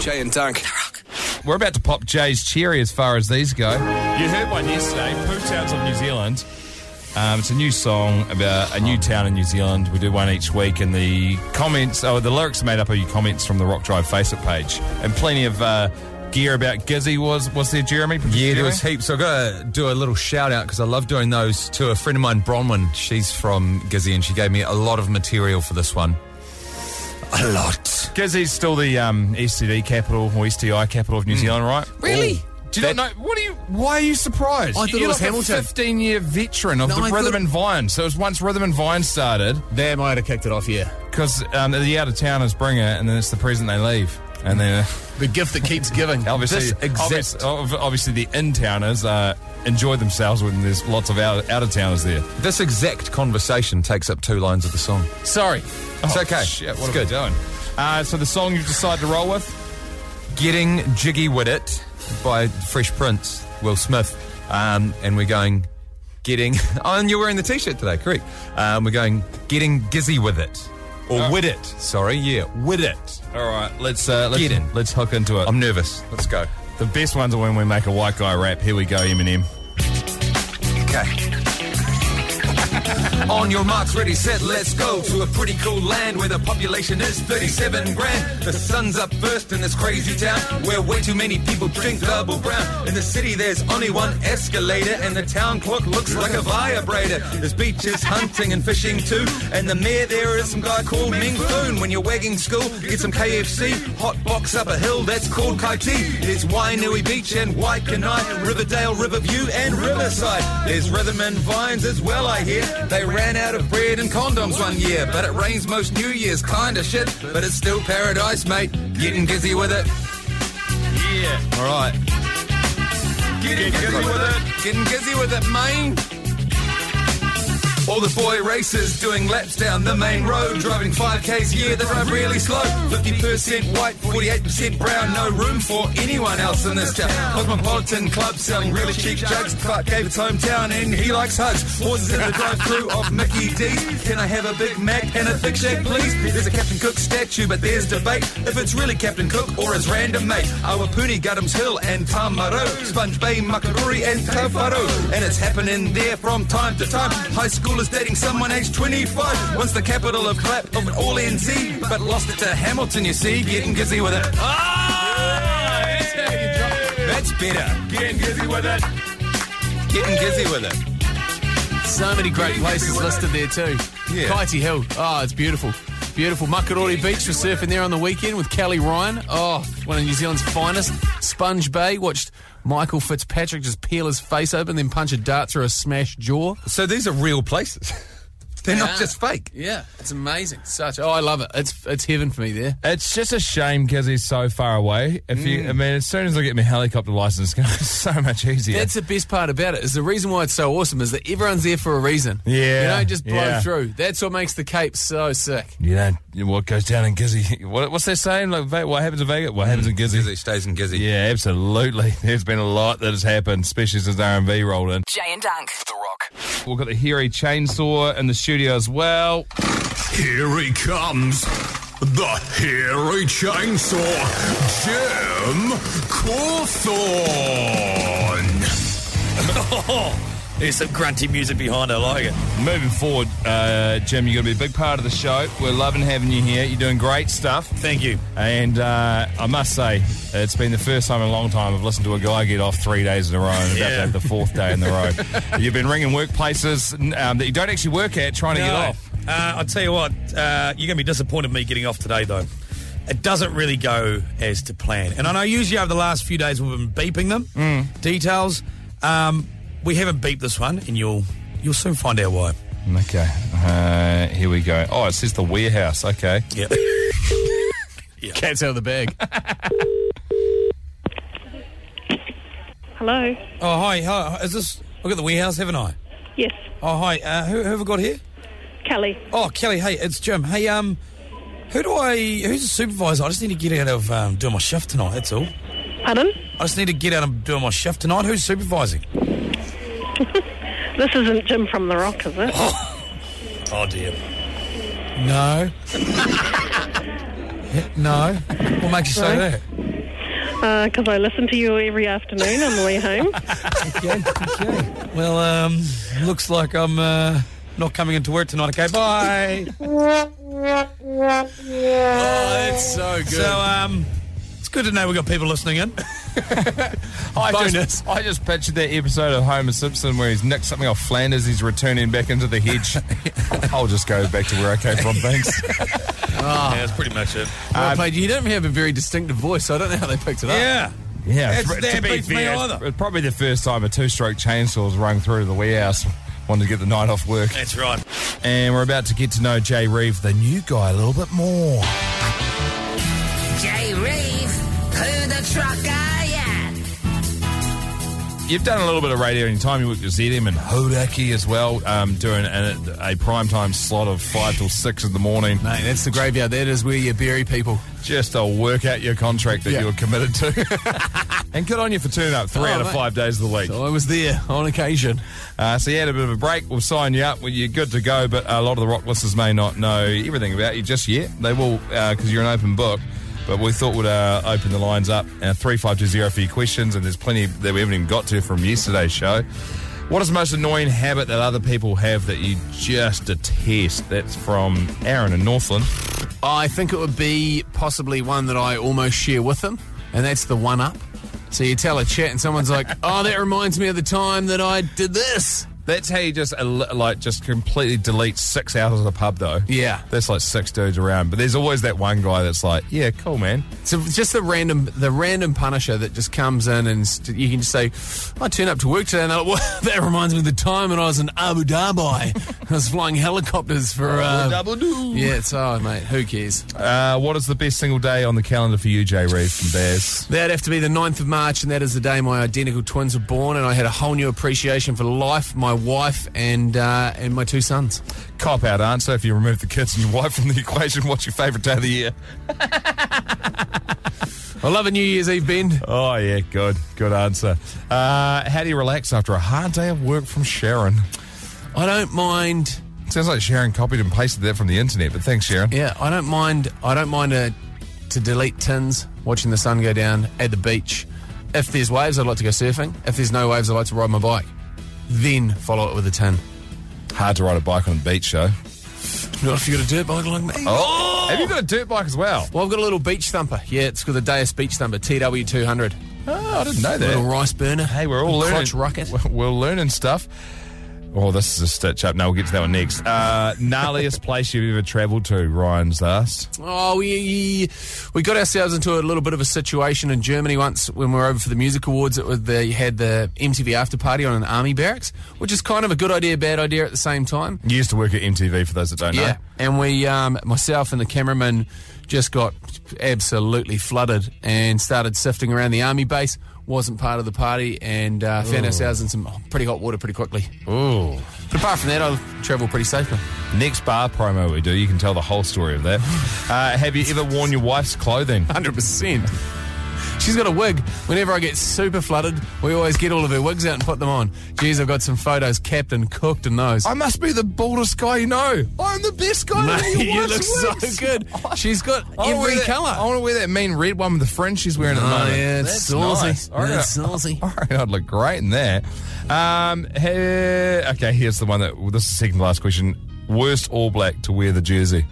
Jay and Dunk. We're about to pop Jay's cherry as far as these go. You heard one yesterday, Poo Towns of New Zealand. Um, it's a new song about a new town in New Zealand. We do one each week, and the comments, oh, the lyrics are made up of your comments from the Rock Drive Facebook page, and plenty of uh, gear about Gizzy was was there, Jeremy? Producer Yeah, there Jeremy? was heaps. So I've got to do a little shout out because I love doing those to a friend of mine, Bronwyn. She's from Gizzy and she gave me a lot of material for this one. A lot. Gizzy's still the um, STD capital or STI capital of New Zealand, right? Really? Hmm. Do you not know? What are you? Why are you surprised? I thought it You're was like Hamilton. a 15 year veteran of No, the I Rhythm thought- and Vine. So it was once Rhythm and Vine started They might have kicked it off here. because um, the out of towners bring it, and then it's the present they leave, and then. uh, The gift that keeps giving. Obviously, This exact- obvious- ob- obviously, the in-towners uh, enjoy themselves when there's lots of out- out-of-towners there. This exact conversation takes up two lines of the song. Sorry. Oh, It's okay. Shit, what It's are we good. doing? Uh, so the song you've decided to roll with? Getting Jiggy With It by Fresh Prince, Will Smith. Um, and we're going, getting. Oh, and you're wearing the t shirt today, correct. Um, we're going, getting Gizzy With It. Or Oh. With It. Sorry, yeah, With It. All right, let's uh, let's Get in. let's hook into it. I'm nervous. Let's go. the best ones are when we make a white guy rap. Here we go, Eminem. On your marks, ready, set, let's go to a pretty cool land where the population is 37 grand. The sun's up first in this crazy town where way too many people drink double brown. In the city, there's only one escalator, and the town clock looks like a vibrator. There's beaches, hunting, and fishing too. And the mayor there is some guy called Ming Foon. When you're wagging school, get some KFC, hot box up a hill that's called Kaiti. There's Wainui Beach and Waikanae, Riverdale, Riverview, and Riverside. There's Rhythm and Vines as well, I hear. They ran out of bread and condoms one year, but it rains most New Year's, kinda shit. But it's still paradise, mate. Getting gizzy with it. Yeah. All right. Getting gizzy with it. Getting gizzy with it, mate. All the boy racers doing laps down the main road, driving 5k's a year, they drive really slow. 50% white, 48% brown, no room for anyone else in this town. Cosmopolitan club selling really cheap jugs. Clark gave its hometown and he likes hugs. Horses in the drive through of Mickey D's. Can I have a Big Mac and a Big Shake, please? There's a Captain Cook statue, but there's debate if it's really Captain Cook or his random mate. Awapuni, Gutham's Hill, and Tamaro, Sponge Bay, Makaruri, and Tawharu. And it's happening there from time to time. High schoolers dating someone aged 25. Once the capital of clap of an all NZ, but lost it to Hamilton, you see, getting gizzy with it. Ah, That's better. Getting gizzy with it. Getting gizzy with it. So many great places listed there too. Yeah. Kaiti Hill. Oh, it's beautiful. Beautiful. Makarori Beach was surfing there on the weekend with Kelly Ryan. Oh, one of New Zealand's finest. Sponge Bay watched Michael Fitzpatrick just peel his face open, then punch a dart through a smashed jaw. So these are real places. They're Yeah. not just fake. Yeah, it's amazing. Such. Oh, I love it. It's it's heaven for me there. It's just a shame because he's so far away. If Mm. you, I mean, as soon as I get my helicopter license, it's going to be so much easier. That's the best part about it. Is the reason why it's so awesome is that everyone's there for a reason. Yeah, you don't just blow yeah. through. That's what makes the Cape so sick. you don't. What goes down in Gizzy? What, what's that saying? Like, Va- what happens in Vegas? What happens in Gizzy? Mm. Gizzy stays in Gizzy. Yeah, absolutely. There's been a lot that has happened, especially since R&B rolled in. Jay and Dunk. The Rock. We've got the hairy chainsaw in the studio as well. Here he comes. The hairy chainsaw, Jim Cawthorn. There's some grunty music behind it. I like it. Moving forward, uh, Jim, you're going to be a big part of the show. We're loving having you here. You're doing great stuff. Thank you. And uh, I must say, it's been the first time in a long time I've listened to a guy get off three days in a row and about to Yeah. have the fourth day in a row. You've been ringing workplaces um, that you don't actually work at trying to get No. off. Uh, I'll tell you what, uh, you're going to be disappointed in me getting off today, though. It doesn't really go as to plan. And I know usually over the last few days we've been beeping them, Mm. details. Um, we haven't beeped this one, and you'll you'll soon find out why. Okay, uh, here we go. Oh, it says the warehouse. Okay. Yep. Cat's out of the bag. Hello. oh, hi, hi. Is this. I've got the warehouse, haven't I? Yes, Oh, hi. Uh, who, who have I got here? Kelly. Oh, Kelly, hey, it's Jim. Hey, um, who do I. Who's the supervisor? I just need to get out of um, doing my shift tonight, that's all. Pardon? I just need to get out of doing my shift tonight. Who's supervising? This isn't Jim from The Rock, is it? Oh, dear. No. no. What makes you say that? Because Uh, I listen to you every afternoon on the way home. Okay, okay. Well, um, looks like I'm uh, not coming into work tonight. Okay, bye. Oh, that's so good. So, um, it's good to know we've got people listening in. I Bonus. just, I just pictured that episode of Homer Simpson where he's nicked something off Flanders, he's returning back into the hedge. I'll just go back to where I came from, thanks. Yeah, that's pretty much it. well uh, played. You don't have a very distinctive voice, so I don't know how they picked it up. Yeah. Yeah, That's- it's- that to be beats me fair, it's- either. It's probably the first time a two-stroke chainsaw's rung through the warehouse. Wanted to get the night off work, That's right. and we're about to get to know Jay Reeve, the new guy, a little bit more. Jay Reeve, who the truck are ya? You've done a little bit of radio in your time. You worked with ZM and Hodaki as well, um, doing a, a prime time slot of five till six in the morning. Mate, that's the graveyard. That is where you bury people. Just to work out your contract that Yeah. you were committed to. and good on you for turning up three Oh, out of mate. five days of the week. So I was there on occasion. Uh, so you had a bit of a break. We'll sign you up. Well, you're good to go, but a lot of the rock listeners may not know everything about you just yet. They will because you're an open book. But we thought we'd uh, open the lines up uh, three five two zero for your questions, and there's plenty that we haven't even got to from yesterday's show. What is the most annoying habit that other people have that you just detest? That's from Aaron in Northland. I think it would be possibly one that I almost share with them, and that's the one up. So you tell a chat, and someone's like, "Oh, that reminds me of the time that I did this." That's how you just el- like just completely delete six out of the pub, though. Yeah. that's like six dudes around, but there's always that one guy that's like, "Yeah, cool, man." So it's just the random, the random punisher that just comes in, and st- you can just say, "I turned up to work today," and they're like, well, "That reminds me of the time when I was in Abu Dhabi. I was flying helicopters for." Uh, do. yeah, it's oh mate, who cares? Uh, what is the best single day on the calendar for you, Jay Reeve from Bears? That'd have to be the 9th of March, and that is the day my identical twins were born, and I had a whole new appreciation for life, my wife, and uh, and my two sons. Cop out answer if you remove the kids and your wife from the equation. What's your favourite day of the year? I love a New Year's Eve bend. Oh, yeah, good. Good answer. Uh, how do you relax after a hard day of work from Sharon? I don't mind. Sounds like Sharon copied and pasted that from the internet, but thanks, Sharon. Yeah, I don't mind. I don't mind uh to delete tins, watching the sun go down at the beach. If there's waves, I'd like to go surfing. If there's no waves, I'd like to ride my bike. Then follow it with a tin. Hard to ride a bike on the beach, though. Not if you got a dirt bike like me. Oh! Have you got a dirt bike as well? Well, I've got a little beach thumper. Yeah, it's got the Deus Beach Thumper TW200. Oh, I didn't know that. Little rice burner. Hey, we're all learning. Crotch rocket. We're- We're learning stuff. Oh, this is a stitch up. No, we'll get to that one next. Uh, gnarliest place you've ever travelled to, Ryan's asked. Oh, we we got ourselves into a little bit of a situation in Germany once when we were over for the music awards. It was the, you had the MTV after party on an army barracks, which is kind of a good idea, bad idea at the same time. You used to work at MTV for those that don't know. Yeah, and we, um, myself and the cameraman, just got absolutely flooded and started sifting around the army base. Wasn't part of the party and uh, found ourselves in some pretty hot water pretty quickly. Ooh. But apart from that, I've travelled pretty safely. Next bar promo we do, you can tell the whole story of that. Uh, have you ever worn your wife's clothing? Hundred percent. She's got a wig. Whenever I get super flooded, we always get all of her wigs out and put them on. Geez, I've got some photos capped and cooked in those. I must be the baldest guy you know. I'm the best guy Mate, in your you look wife's so wigs. good. She's got I wanna wear every Oh, that- I colour. want to wear that mean red one with the fringe she's wearing at the Oh, moment. yeah, it's saucy. I reckon That's I- saucy. I reckon I'd look great in that. Um, he- okay, here's the one that. Well, this is the second to last question. Worst All Black to wear the jersey.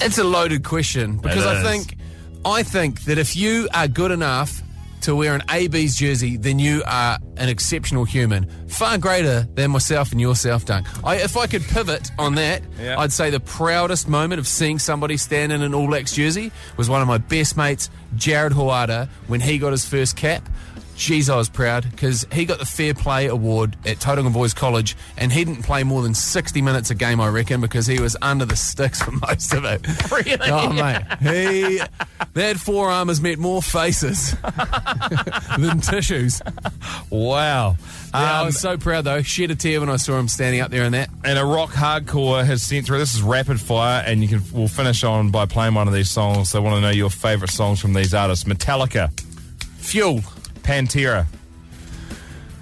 It's a loaded question because I is. think I think that if you are good enough to wear an AB's jersey, then you are an exceptional human, far greater than myself and yourself, Dunk. I, if I could pivot on that, Yeah. I'd say the proudest moment of seeing somebody stand in an All Blacks jersey was one of my best mates, Jared Huada, when he got his first cap. Jeez, I was proud because he got the Fair Play Award at Tauranga Boys College, and he didn't play more than 60 minutes a game, I reckon, because he was under the sticks for most of it. Really? Oh, mate. He, that forearm has met more faces than tissues. Yeah, Wow. I Um, was so proud, though. Shed a tear when I saw him standing up there in that. and a rock hardcore has sent through. This is rapid fire, and you can we'll finish on by playing one of these songs. They want to know your favourite songs from these artists: Metallica, Fuel. Pantera,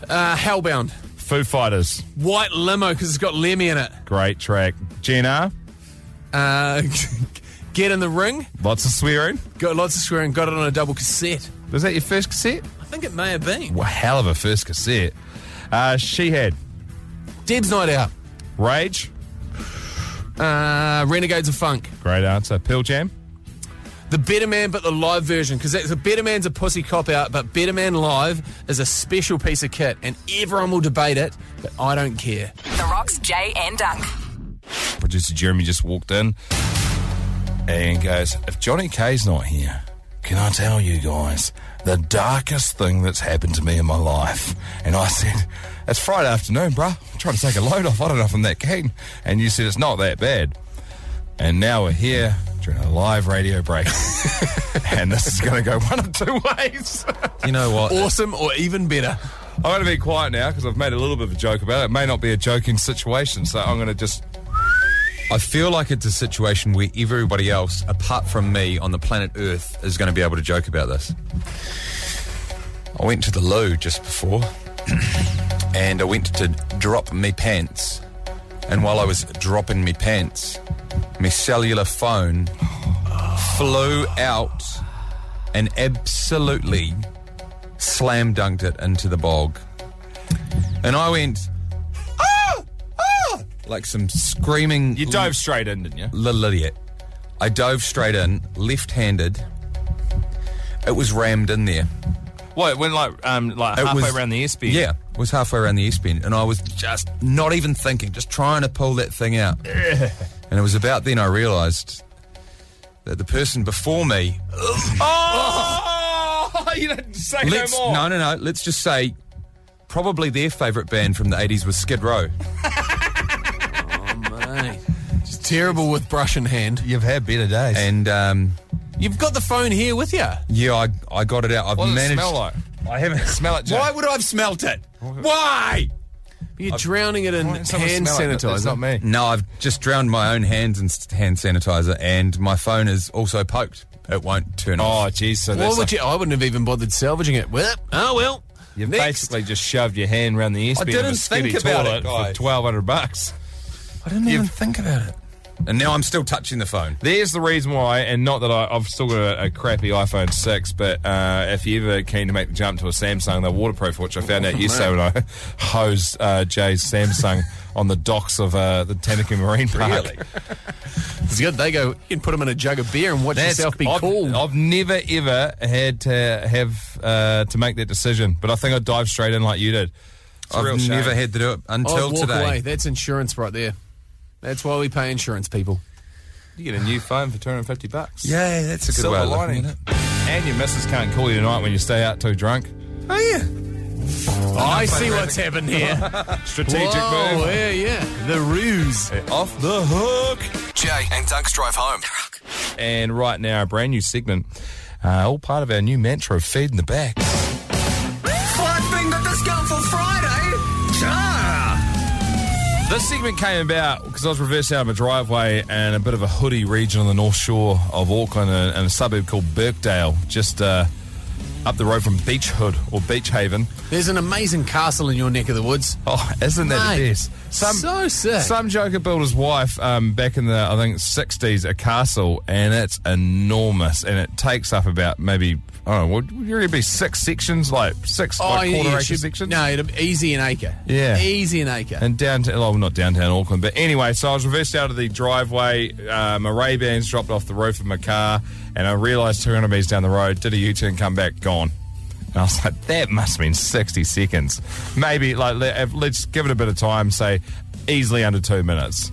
Uh, Hellbound. Foo Fighters. White limo because it's got Lemmy in it. Great track. GNR, Uh, Get in the ring. Lots of swearing. Got lots of swearing. Got it on a double cassette. Was that your first cassette? I think it may have been. Well, hell of a first cassette. Uh, she had Deb's Night Out. Rage. Uh, Renegades of Funk. Great answer. Pearl Jam. The Better Man, but the live version, because the Better Man's a pussy cop out, but Better Man Live is a special piece of kit, and everyone will debate it, but I don't care. The Rocks, Jay and Dunk. Producer Jeremy just walked in and goes, If Johnny K's not here, can I tell you guys the darkest thing that's happened to me in my life? And I said, It's Friday afternoon, bruh. I'm trying to take a load off. I don't know if I'm that keen. And you said, It's not that bad. And now we're here during a live radio break. and this is going to go one of two ways. You know what? Awesome or even better. I'm going to be quiet now because I've made a little bit of a joke about it. It may not be a joking situation, so I'm going to just I feel like it's a situation where everybody else, apart from me on the planet Earth, is going to be able to joke about this. I went to the loo just before, and I went to drop me pants. And while I was dropping me pants, my cellular phone flew out and absolutely slam dunked it into the bog. And I went, ah, ah, like some screaming. You dove straight in, didn't you? little idiot. I dove straight in, left handed. It was rammed in there. Well, it went like um like It halfway was, around the airspeed. Yeah, it was halfway around the S bend, and I was just not even thinking, just trying to pull that thing out. and it was about then I realised that the person before me. Oh, you didn't say Let's, no more. no, no, no. Let's just say probably their favourite band from the 80s was Skid Row. Just terrible with brush in hand. You've had better days. And um, You've got the phone here with you. yeah, I, I got it out. I've what does managed. it smell like? I haven't smell it. Jay. Why would I have smelt it? Why? You're drowning it in Why hand didn't someone smell it? sanitizer. That's not me. No, I've just drowned my own hands in s- hand sanitizer, and my phone is also poked. It won't turn Oh, off. jeez. So Why that's would like, you? I wouldn't have even bothered salvaging it. Well, oh well. you Next. basically just shoved your hand around the airspeed of a didn't skitty think about toilet it, guys. for twelve hundred bucks. I didn't even think about it. And now I'm still touching the phone. There's the reason why, and not that I, I've still got a, a crappy iPhone 6, but uh, if you're ever keen to make the jump to a Samsung, they're waterproof, which I found Oh, out yesterday when I hosed uh, Jay's Samsung on the docks of uh, the Tamaki Marine Park. Really? It's good. They go. You can put them in a jug of beer and watch yourself be I've, cool. I've never ever had to have uh, to make that decision, but I think I dived straight in like you did. It's a real I've shame. never had to do it I'd until walk today. away. That's insurance right there. That's why we pay insurance, people. You get a new phone for 250 bucks. Yeah, that's a good Silver way of looking lining. at it. And your missus can't call you tonight when you stay out too drunk. Oh yeah. I see what's happened here. Strategic Whoa, move. yeah, yeah. The ruse. Off the hook. Jay and Dunk's Drive Home. And right now, a brand new segment, uh, all part of our new mantra of feed in the back. Thing that this gun for Friday. This segment came about because I was reversing out of my driveway and a bit of a hoodie region on the north shore of Auckland in, in a suburb called Birkdale, just uh, up the road from Beach Hood or Beach Haven. There's an amazing castle in your neck of the woods. Oh, isn't that Mate, a best? so sick. Some joker built his wife um, back in the I think sixties a castle, and it's enormous, and it takes up about maybe I don't know. Would would it be six sections, like six Oh, like quarter it acre Oh, should- sections? No, it'd, easy an acre. Yeah. Easy an acre. And uh, downtown, well, not downtown Auckland, but anyway, so I was reversed out of the driveway. Uh, my Ray Bans dropped off the roof of my car, and I realised 200 metres down the road, did a U turn, come back, gone. And I was like, that must have been 60 seconds. Maybe, like, let, let's give it a bit of time, say, easily under two minutes.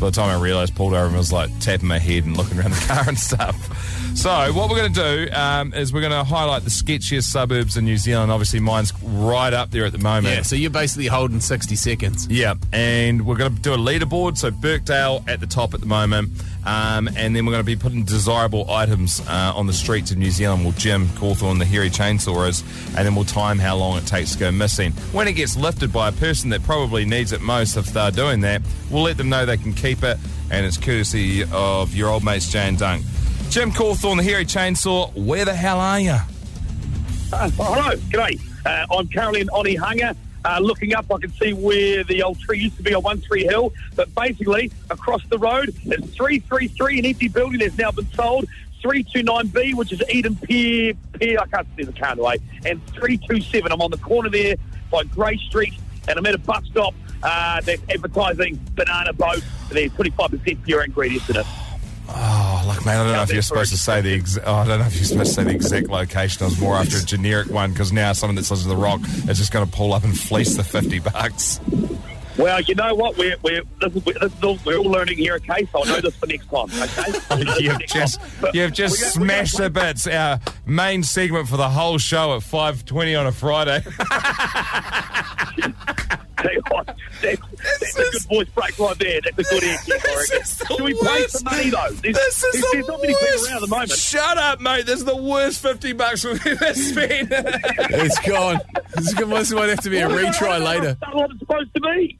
By the time I realised, pulled over and was like tapping my head and looking around the car and stuff. So, what we're going to do um, is we're going to highlight the sketchiest suburbs in New Zealand. Obviously, mine's right up there at the moment. yeah, so you're basically holding 60 seconds. Yeah, and we're going to do a leaderboard. So Birkdale at the top at the moment, um, and then we're going to be putting desirable items uh, on the streets of New Zealand. We'll Jim Cawthorne the hairy chainsaw is, and then we'll time how long it takes to go missing. When it gets lifted by a person that probably needs it most, if they're doing that, we'll let them know they can keep it, and it's courtesy of your old mates Jane Dunk. Jim Cawthorne the hairy chainsaw, where the hell are you? Uh, hello, g'day. Uh, I'm Caroline Onihanga, Uh, looking up, I can see where the old tree used to be on One Tree Hill. But basically, across the road, it's 333, an empty building that's now been sold. 329B, which is Eden Pier, Pier, I can't see the carway, and 327. I'm on the corner there by Grey Street, and I'm at a bus stop uh, that's advertising banana boat. There's 25% pure ingredients in it. Oh, look, man, I don't know if you're supposed to say the exa- oh, I don't know if you're supposed to say the exact location. I was more after a generic one because now someone that's listening to the rock is just going to pull up and fleece the fifty bucks. Well, you know what? We're, we're, this is, we're, this is all, we're all learning here, okay? So I'll know this for next time, okay? You've just you've just smashed the bits. Our main segment for the whole show at five twenty on a Friday. Tell you what, that's, that's a good voice break right there. That's a good answer, I reckon. Should we pay some money, though? There's, this is there's, the there's not many people worst- around at the moment. Shut up, mate. This is the worst fifty bucks we've ever spent. It's gone. This is- this might have to be a Well, retry that's later. not what it's supposed to be.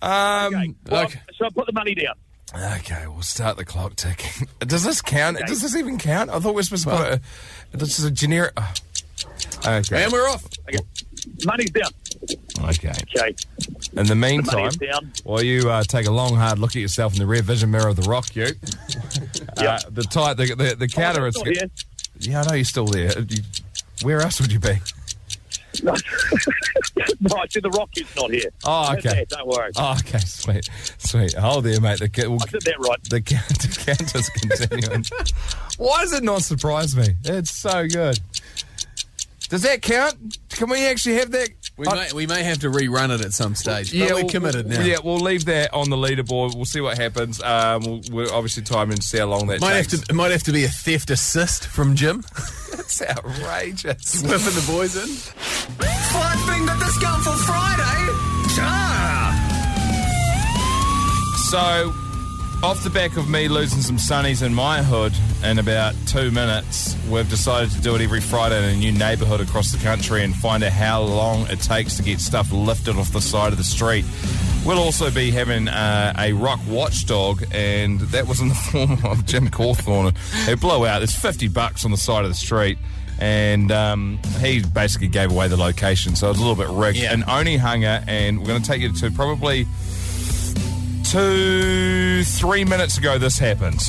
Um, Well, Okay. So I put the money down. Okay, we'll start the clock ticking. Does this count? Does this even count? I thought we were supposed to put a. This is a generic. oh. Okay. And we're off. Okay. Money's down. Okay. Okay. In the meantime, money's down. while you uh, take a long, hard look at yourself in the rear vision mirror of the rock, you. Uh, the tight, the the, the counter. It's is not here. yeah, I know you're Oh, still there. Uh, You- where else would you be? No, no I said the rock is not here. Oh, That's okay. it, Don't worry. Oh, okay, sweet, sweet. Hold there, mate. The, ca- we'll- I said that right. the counter counter's continuing. Why does it not surprise me? It's so good. Does that count? Can we actually have that? We I- may, we may have to rerun it at some stage. But we're we'll- committed now. Yeah, we'll leave that on the leaderboard. We'll see what happens. Um, we'll, we're obviously timing to see how long that Might have takes. to it might have to be a theft assist from Jim. That's outrageous. Whipping the boys in. Flight finger discount for Friday. Ja. So, off the back of me losing some sunnies in my hood in about two minutes, we've decided to do it every Friday in a new neighbourhood across the country and find out how long it takes to get stuff lifted off the side of the street. We'll also be having uh, a rock watchdog, and that was in the form of Jim Cawthorne, who blew out. There's 50 bucks on the side of the street. And um, he basically gave away the location, so it was a little bit rigged. Yeah. And only hunger, and we're going to take you to probably two, three minutes ago this happened.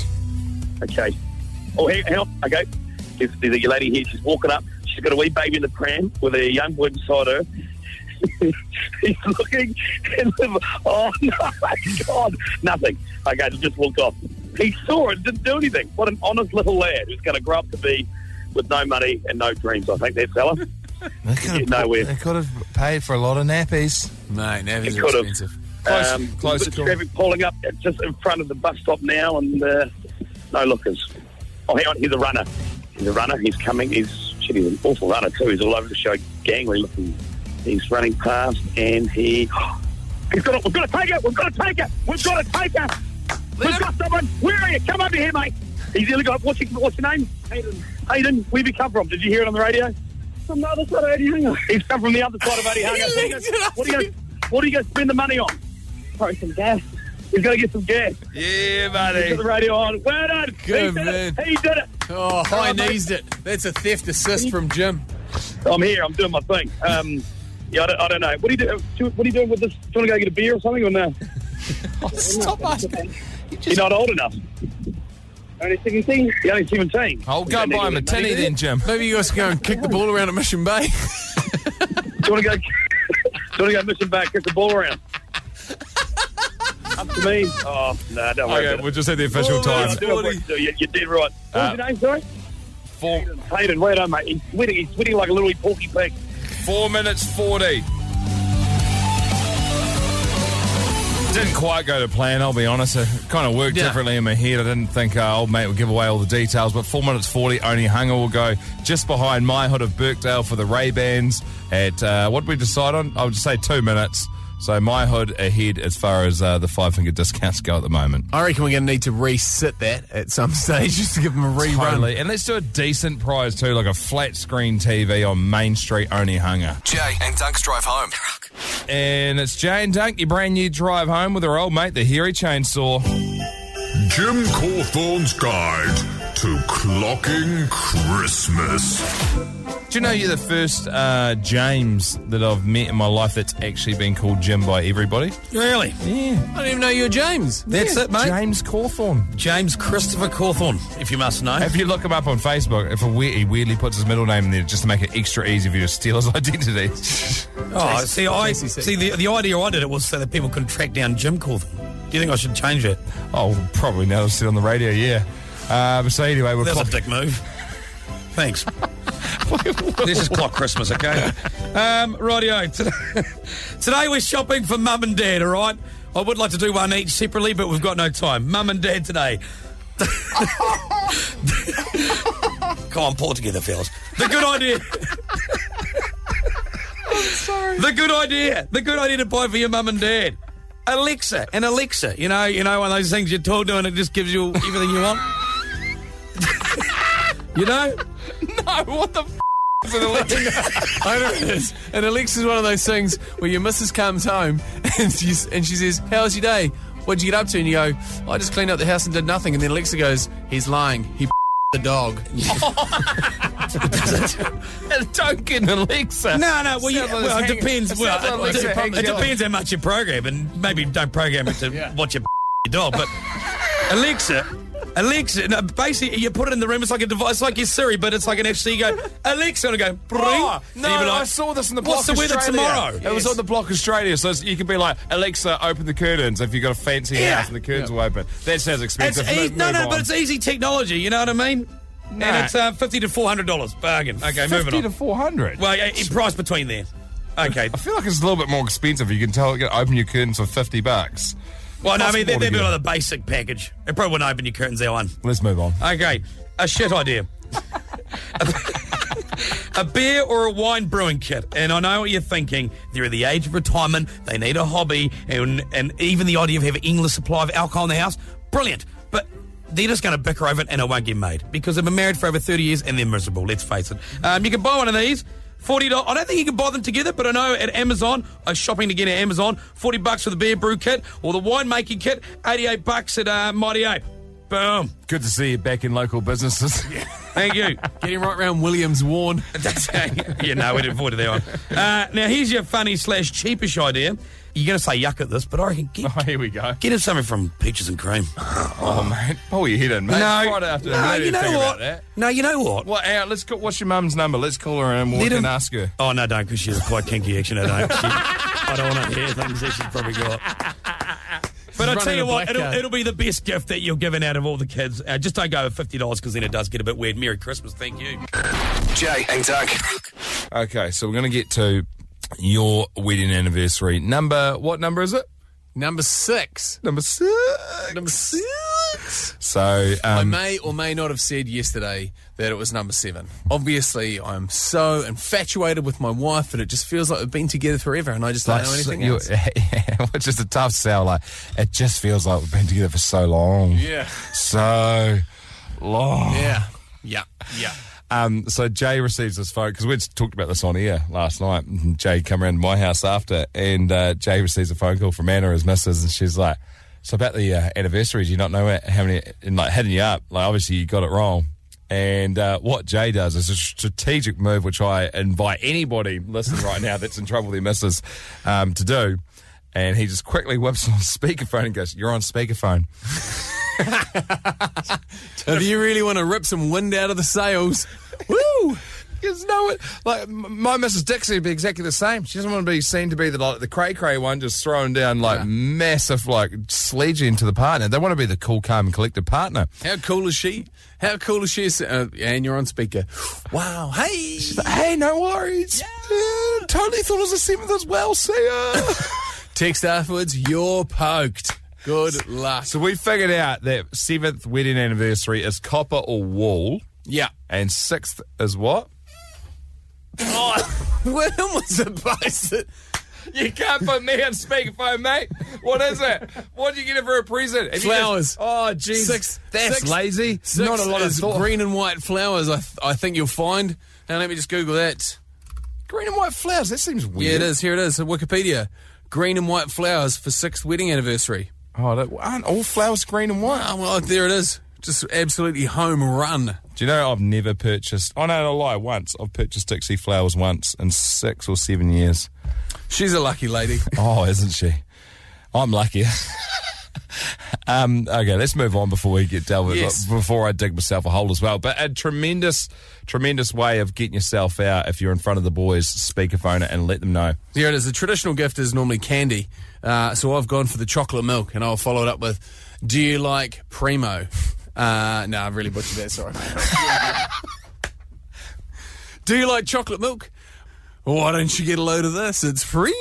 Okay. Oh, hang, hang on. Okay. There's, there's a lady here. She's walking up. She's got a wee baby in the pram with a young boy beside her. He's looking. And the, oh, no, my God. Nothing. Okay, just walked off. He saw it, didn't do anything. What an honest little lad who's going to grow up to be with no money and no dreams. I think that fella. They could've- Yeah, nowhere. they could have paid for a lot of nappies. Mate, nappies It are could've. expensive. Close- um, close bit of call. traffic pulling up just in front of the bus stop now, and uh, no lookers. Oh, hang on, he's a runner. He's a runner. He's coming. He's shit, he's an awful runner too. He's all over the show, gangly looking. He's running past, and he. He's got it. We've got to take it. We've got to take it. We've got to take it. We've got someone. Where are you? Come over here, mate. He's the other guy. What's your, what's your name? Hayden. Hayden, where have you come from? Did you hear it on the radio? From the other side of Adihanga. He's come from the other side of Adihanga. what, are you, what are you going to spend the money on? Probably some gas. He's going to get some gas. Yeah, Put buddy. the radio on. Well done. Good he did man. it. He did it. Oh, high mate. knees it. That's a theft assist from Jim. I'm here. I'm doing my thing. Um, yeah, I don't, I don't know. What are you doing? What are you doing with this? Do you want to go get a beer or something or no? Oh, Stop asking. You're not old enough. Only 17? You're only 17. I'll Oh, go You buy don't him need a all that money. tinny then, Jim. Maybe you guys can go and kick the ball around at Mission Bay. Do you want to go? do you want to go missing back? Kick the ball around. Up to me. Oh no, don't worry. Okay, about we'll it. just have the official I'll time. do what you do. You- You're dead right. What was Uh, your name, sorry? Four, Hayden, well done, mate. He's sweating. He's sweating like a little wee porky pig. four minutes 40. Didn't quite go to plan, I'll be honest. It kind of worked Yeah. differently in my head. I didn't think uh, old mate would give away all the details, but 4 minutes 40, only Hunger will go just behind my hood of Birkdale for the Ray-Bans at, uh, what did we decide on? I would just say two minutes. So my hood ahead as far as uh, the five-finger discounts go at the moment. I reckon we're going to need to resit that at some stage just to give them a rerun. Totally. And let's do a decent prize too, like a flat screen TV on Main Street, only Hunger. Jay and Dunk's drive home. And it's Jane Dunk, your brand new drive home with her old mate, the Hairy Chainsaw. Jim Cawthorne's Guide to Clocking Christmas. Do you know you're the first uh, James that I've met in my life that's actually been called Jim by everybody? Really? Yeah. I didn't even know you were James. That's Yeah, it, mate. James Cawthorne. James Christopher Cawthorne, if you must know. If you look him up on Facebook, if a we- he weirdly puts his middle name in there just to make it extra easy for you to steal his identity. Oh, see, I see the, the idea I did it was so that people could track down Jim Cawthorne. Do you think I should change it? Oh, probably now I've said on the radio, yeah. Uh, but so anyway, we're That's a clock- dick move. Thanks. This is clock Christmas, okay? Um, rightio. Today, today we're shopping for mum and dad, all right? I would like to do one each separately, but we've got no time. Mum and dad today. Come on, pull it together, fellas. The good idea. The good idea. The good idea to buy for your mum and dad. Alexa, an Alexa. You know, you know, one of those things you're told to and it just gives you everything you want. you know? No, what the f- is an Alexa? I know it is. An Alexa's one of those things where your missus comes home and she, and she says, How's your day? What'd you get up to? And you go, I just cleaned up the house and did nothing. And then Alexa goes, He's lying. He the dog. Don't get an Alexa. No, no. Well, you, Sounds like well it hanging- depends. sounds Well, like it- Alexa it, hangs it out. depends how much you program, and maybe don't program it to watch your dog. But Alexa, Alexa, no, basically you put it in the room. It's like a device, like your Siri, but it's like an actually you go Alexa, and it go. Bring. Oh, no, I saw this in the block What's the weather Australia. tomorrow? It was on the block Australia, so it's- you could be like, Alexa, open the curtains if you've got a fancy Yeah. house and the curtains will open. That sounds It's expensive. e- Mo- no, move no, on. but it's easy technology. You know what I mean? No. And it's uh, fifty to four hundred dollars bargain. Okay, moving 50 on. to 400. well, yeah, price between there. Okay. I feel like it's a little bit more expensive. You can tell it can open your curtains for 50 bucks. Well, no, I mean they'd, Possible to they'd be get. like the basic package. It probably wouldn't open your curtains. That one. Let's move on. Okay, a shit idea. a beer or a wine brewing kit. And I know what you're thinking. They're at the age of retirement, they need a hobby, and, and even the idea of having endless supply of alcohol in the house. Brilliant. But they're just going to bicker over it and it won't get made because they've been married for over 30 years and they're miserable, let's face it. Um, you can buy one of these. Forty dollars. I don't think you can buy them together, but I know at Amazon, I was shopping again at Amazon. Forty bucks for the beer brew kit or the winemaking kit. Eighty-eight bucks at uh, Mighty Ape. Boom. Good to see you back in local businesses. Thank you. Getting right round Williams Warren. That's yeah, no, we didn't afford it that one. Uh, now here's your funny slash cheapish idea. You're going to say yuck at this, but I reckon get, Oh, here we go. get him something from Peaches and Cream. Oh, mate. Pull your head in, mate. No. It's Friday afternoon. No, Let you her know think about what? that. No, you know what? Well, out. Let's call, what's your mum's number? Let's call her and walk Let him- and ask her. Oh no, don't because she's quite kinky. Actually, no, don't. She, I don't want to hear things that she's probably got. But I running tell you a what, black it'll, card. it'll be the best gift that you're given out of all the kids. Uh, just don't go with fifty dollars because then it does get a bit weird. Merry Christmas, thank you. Jay and Doug. Okay, so we're going to get to your wedding anniversary. Number, what number is it? Number six. Number six. Number six. So, I um, may or may not have said yesterday that it was number seven. Obviously, I'm so infatuated with my wife that it just feels like we've been together forever, and I just don't know anything you- else. which is a tough sell. Like, it just feels like we've been together for so long. Yeah. So long. Yeah, yeah, yeah. Um, so Jay receives this phone because we'd talked about this on air last night. And Jay come around to my house after, and uh, Jay receives a phone call from Anna, his missus, and she's like, "So about the uh, anniversary, do you not know how many and like heading you up? Like obviously you got it wrong." And uh, what Jay does is a strategic move, which I invite anybody listening right now that's in trouble with their missus um, to do. And he just quickly whips on speakerphone and goes, "You're on speakerphone." If you really want to rip some wind out of the sails, woo! Because no one, like m- my Mrs. Dixie would be exactly the same. She doesn't want to be seen to be the like the cray cray one, just throwing down like massive like sledging to the partner. They want to be the cool, calm, and collected partner. How cool is she? How cool is she? Uh, and you're on speaker. Wow. Hey. She's like, hey, no worries. Yeah, totally thought it was a seventh as well. See ya. Text afterwards. You're poked. Good luck. so we figured out that seventh wedding anniversary is copper or wool, yeah. and sixth is what? When was it posted? You can't put me on speakerphone, mate. What is it? What do you get for a present? If you Flowers. just- oh, jeez. Six- That's six- lazy. Six Not a lot of is thought. green and white flowers. I, th- I think you'll find. Now let me just Google that. Green and white flowers. That seems weird. Yeah, it is. Here it is. Wikipedia. Green and white flowers for sixth wedding anniversary. Oh, that, aren't all flowers green and white? Oh, well, there it is. Just absolutely home run. Do you know I've never purchased? Oh no, no lie. Once I've purchased Dixie flowers once in six or seven years. She's a lucky lady. Oh, isn't she? I'm lucky. um, okay, let's move on before we get dealt with. Yes. Before I dig myself a hole as well. But a tremendous, tremendous way of getting yourself out if you're in front of the boys, speakerphone it and let them know. Here it is. The traditional gift is normally candy. Uh, so I've gone for the chocolate milk and I'll follow it up with Do you like Primo? Uh, no, I've really butchered that. Sorry. Do you like chocolate milk? Why don't you get a load of this? It's Primo.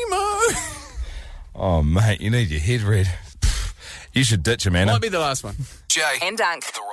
Oh mate, you need your head read. You should ditch him, Anna. Might be the last one. Jay and Dunk. The